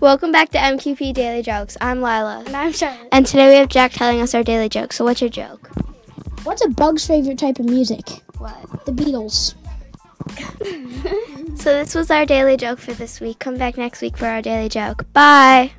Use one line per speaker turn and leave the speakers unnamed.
Welcome back to MQP Daily Jokes. I'm Lila.
And I'm Charlotte.
And today we have Jack telling us our daily joke. So, what's your joke?
What's a bug's favorite type of music?
What?
The Beatles.
So, this was our daily joke for this week. Come back next week for our daily joke. Bye.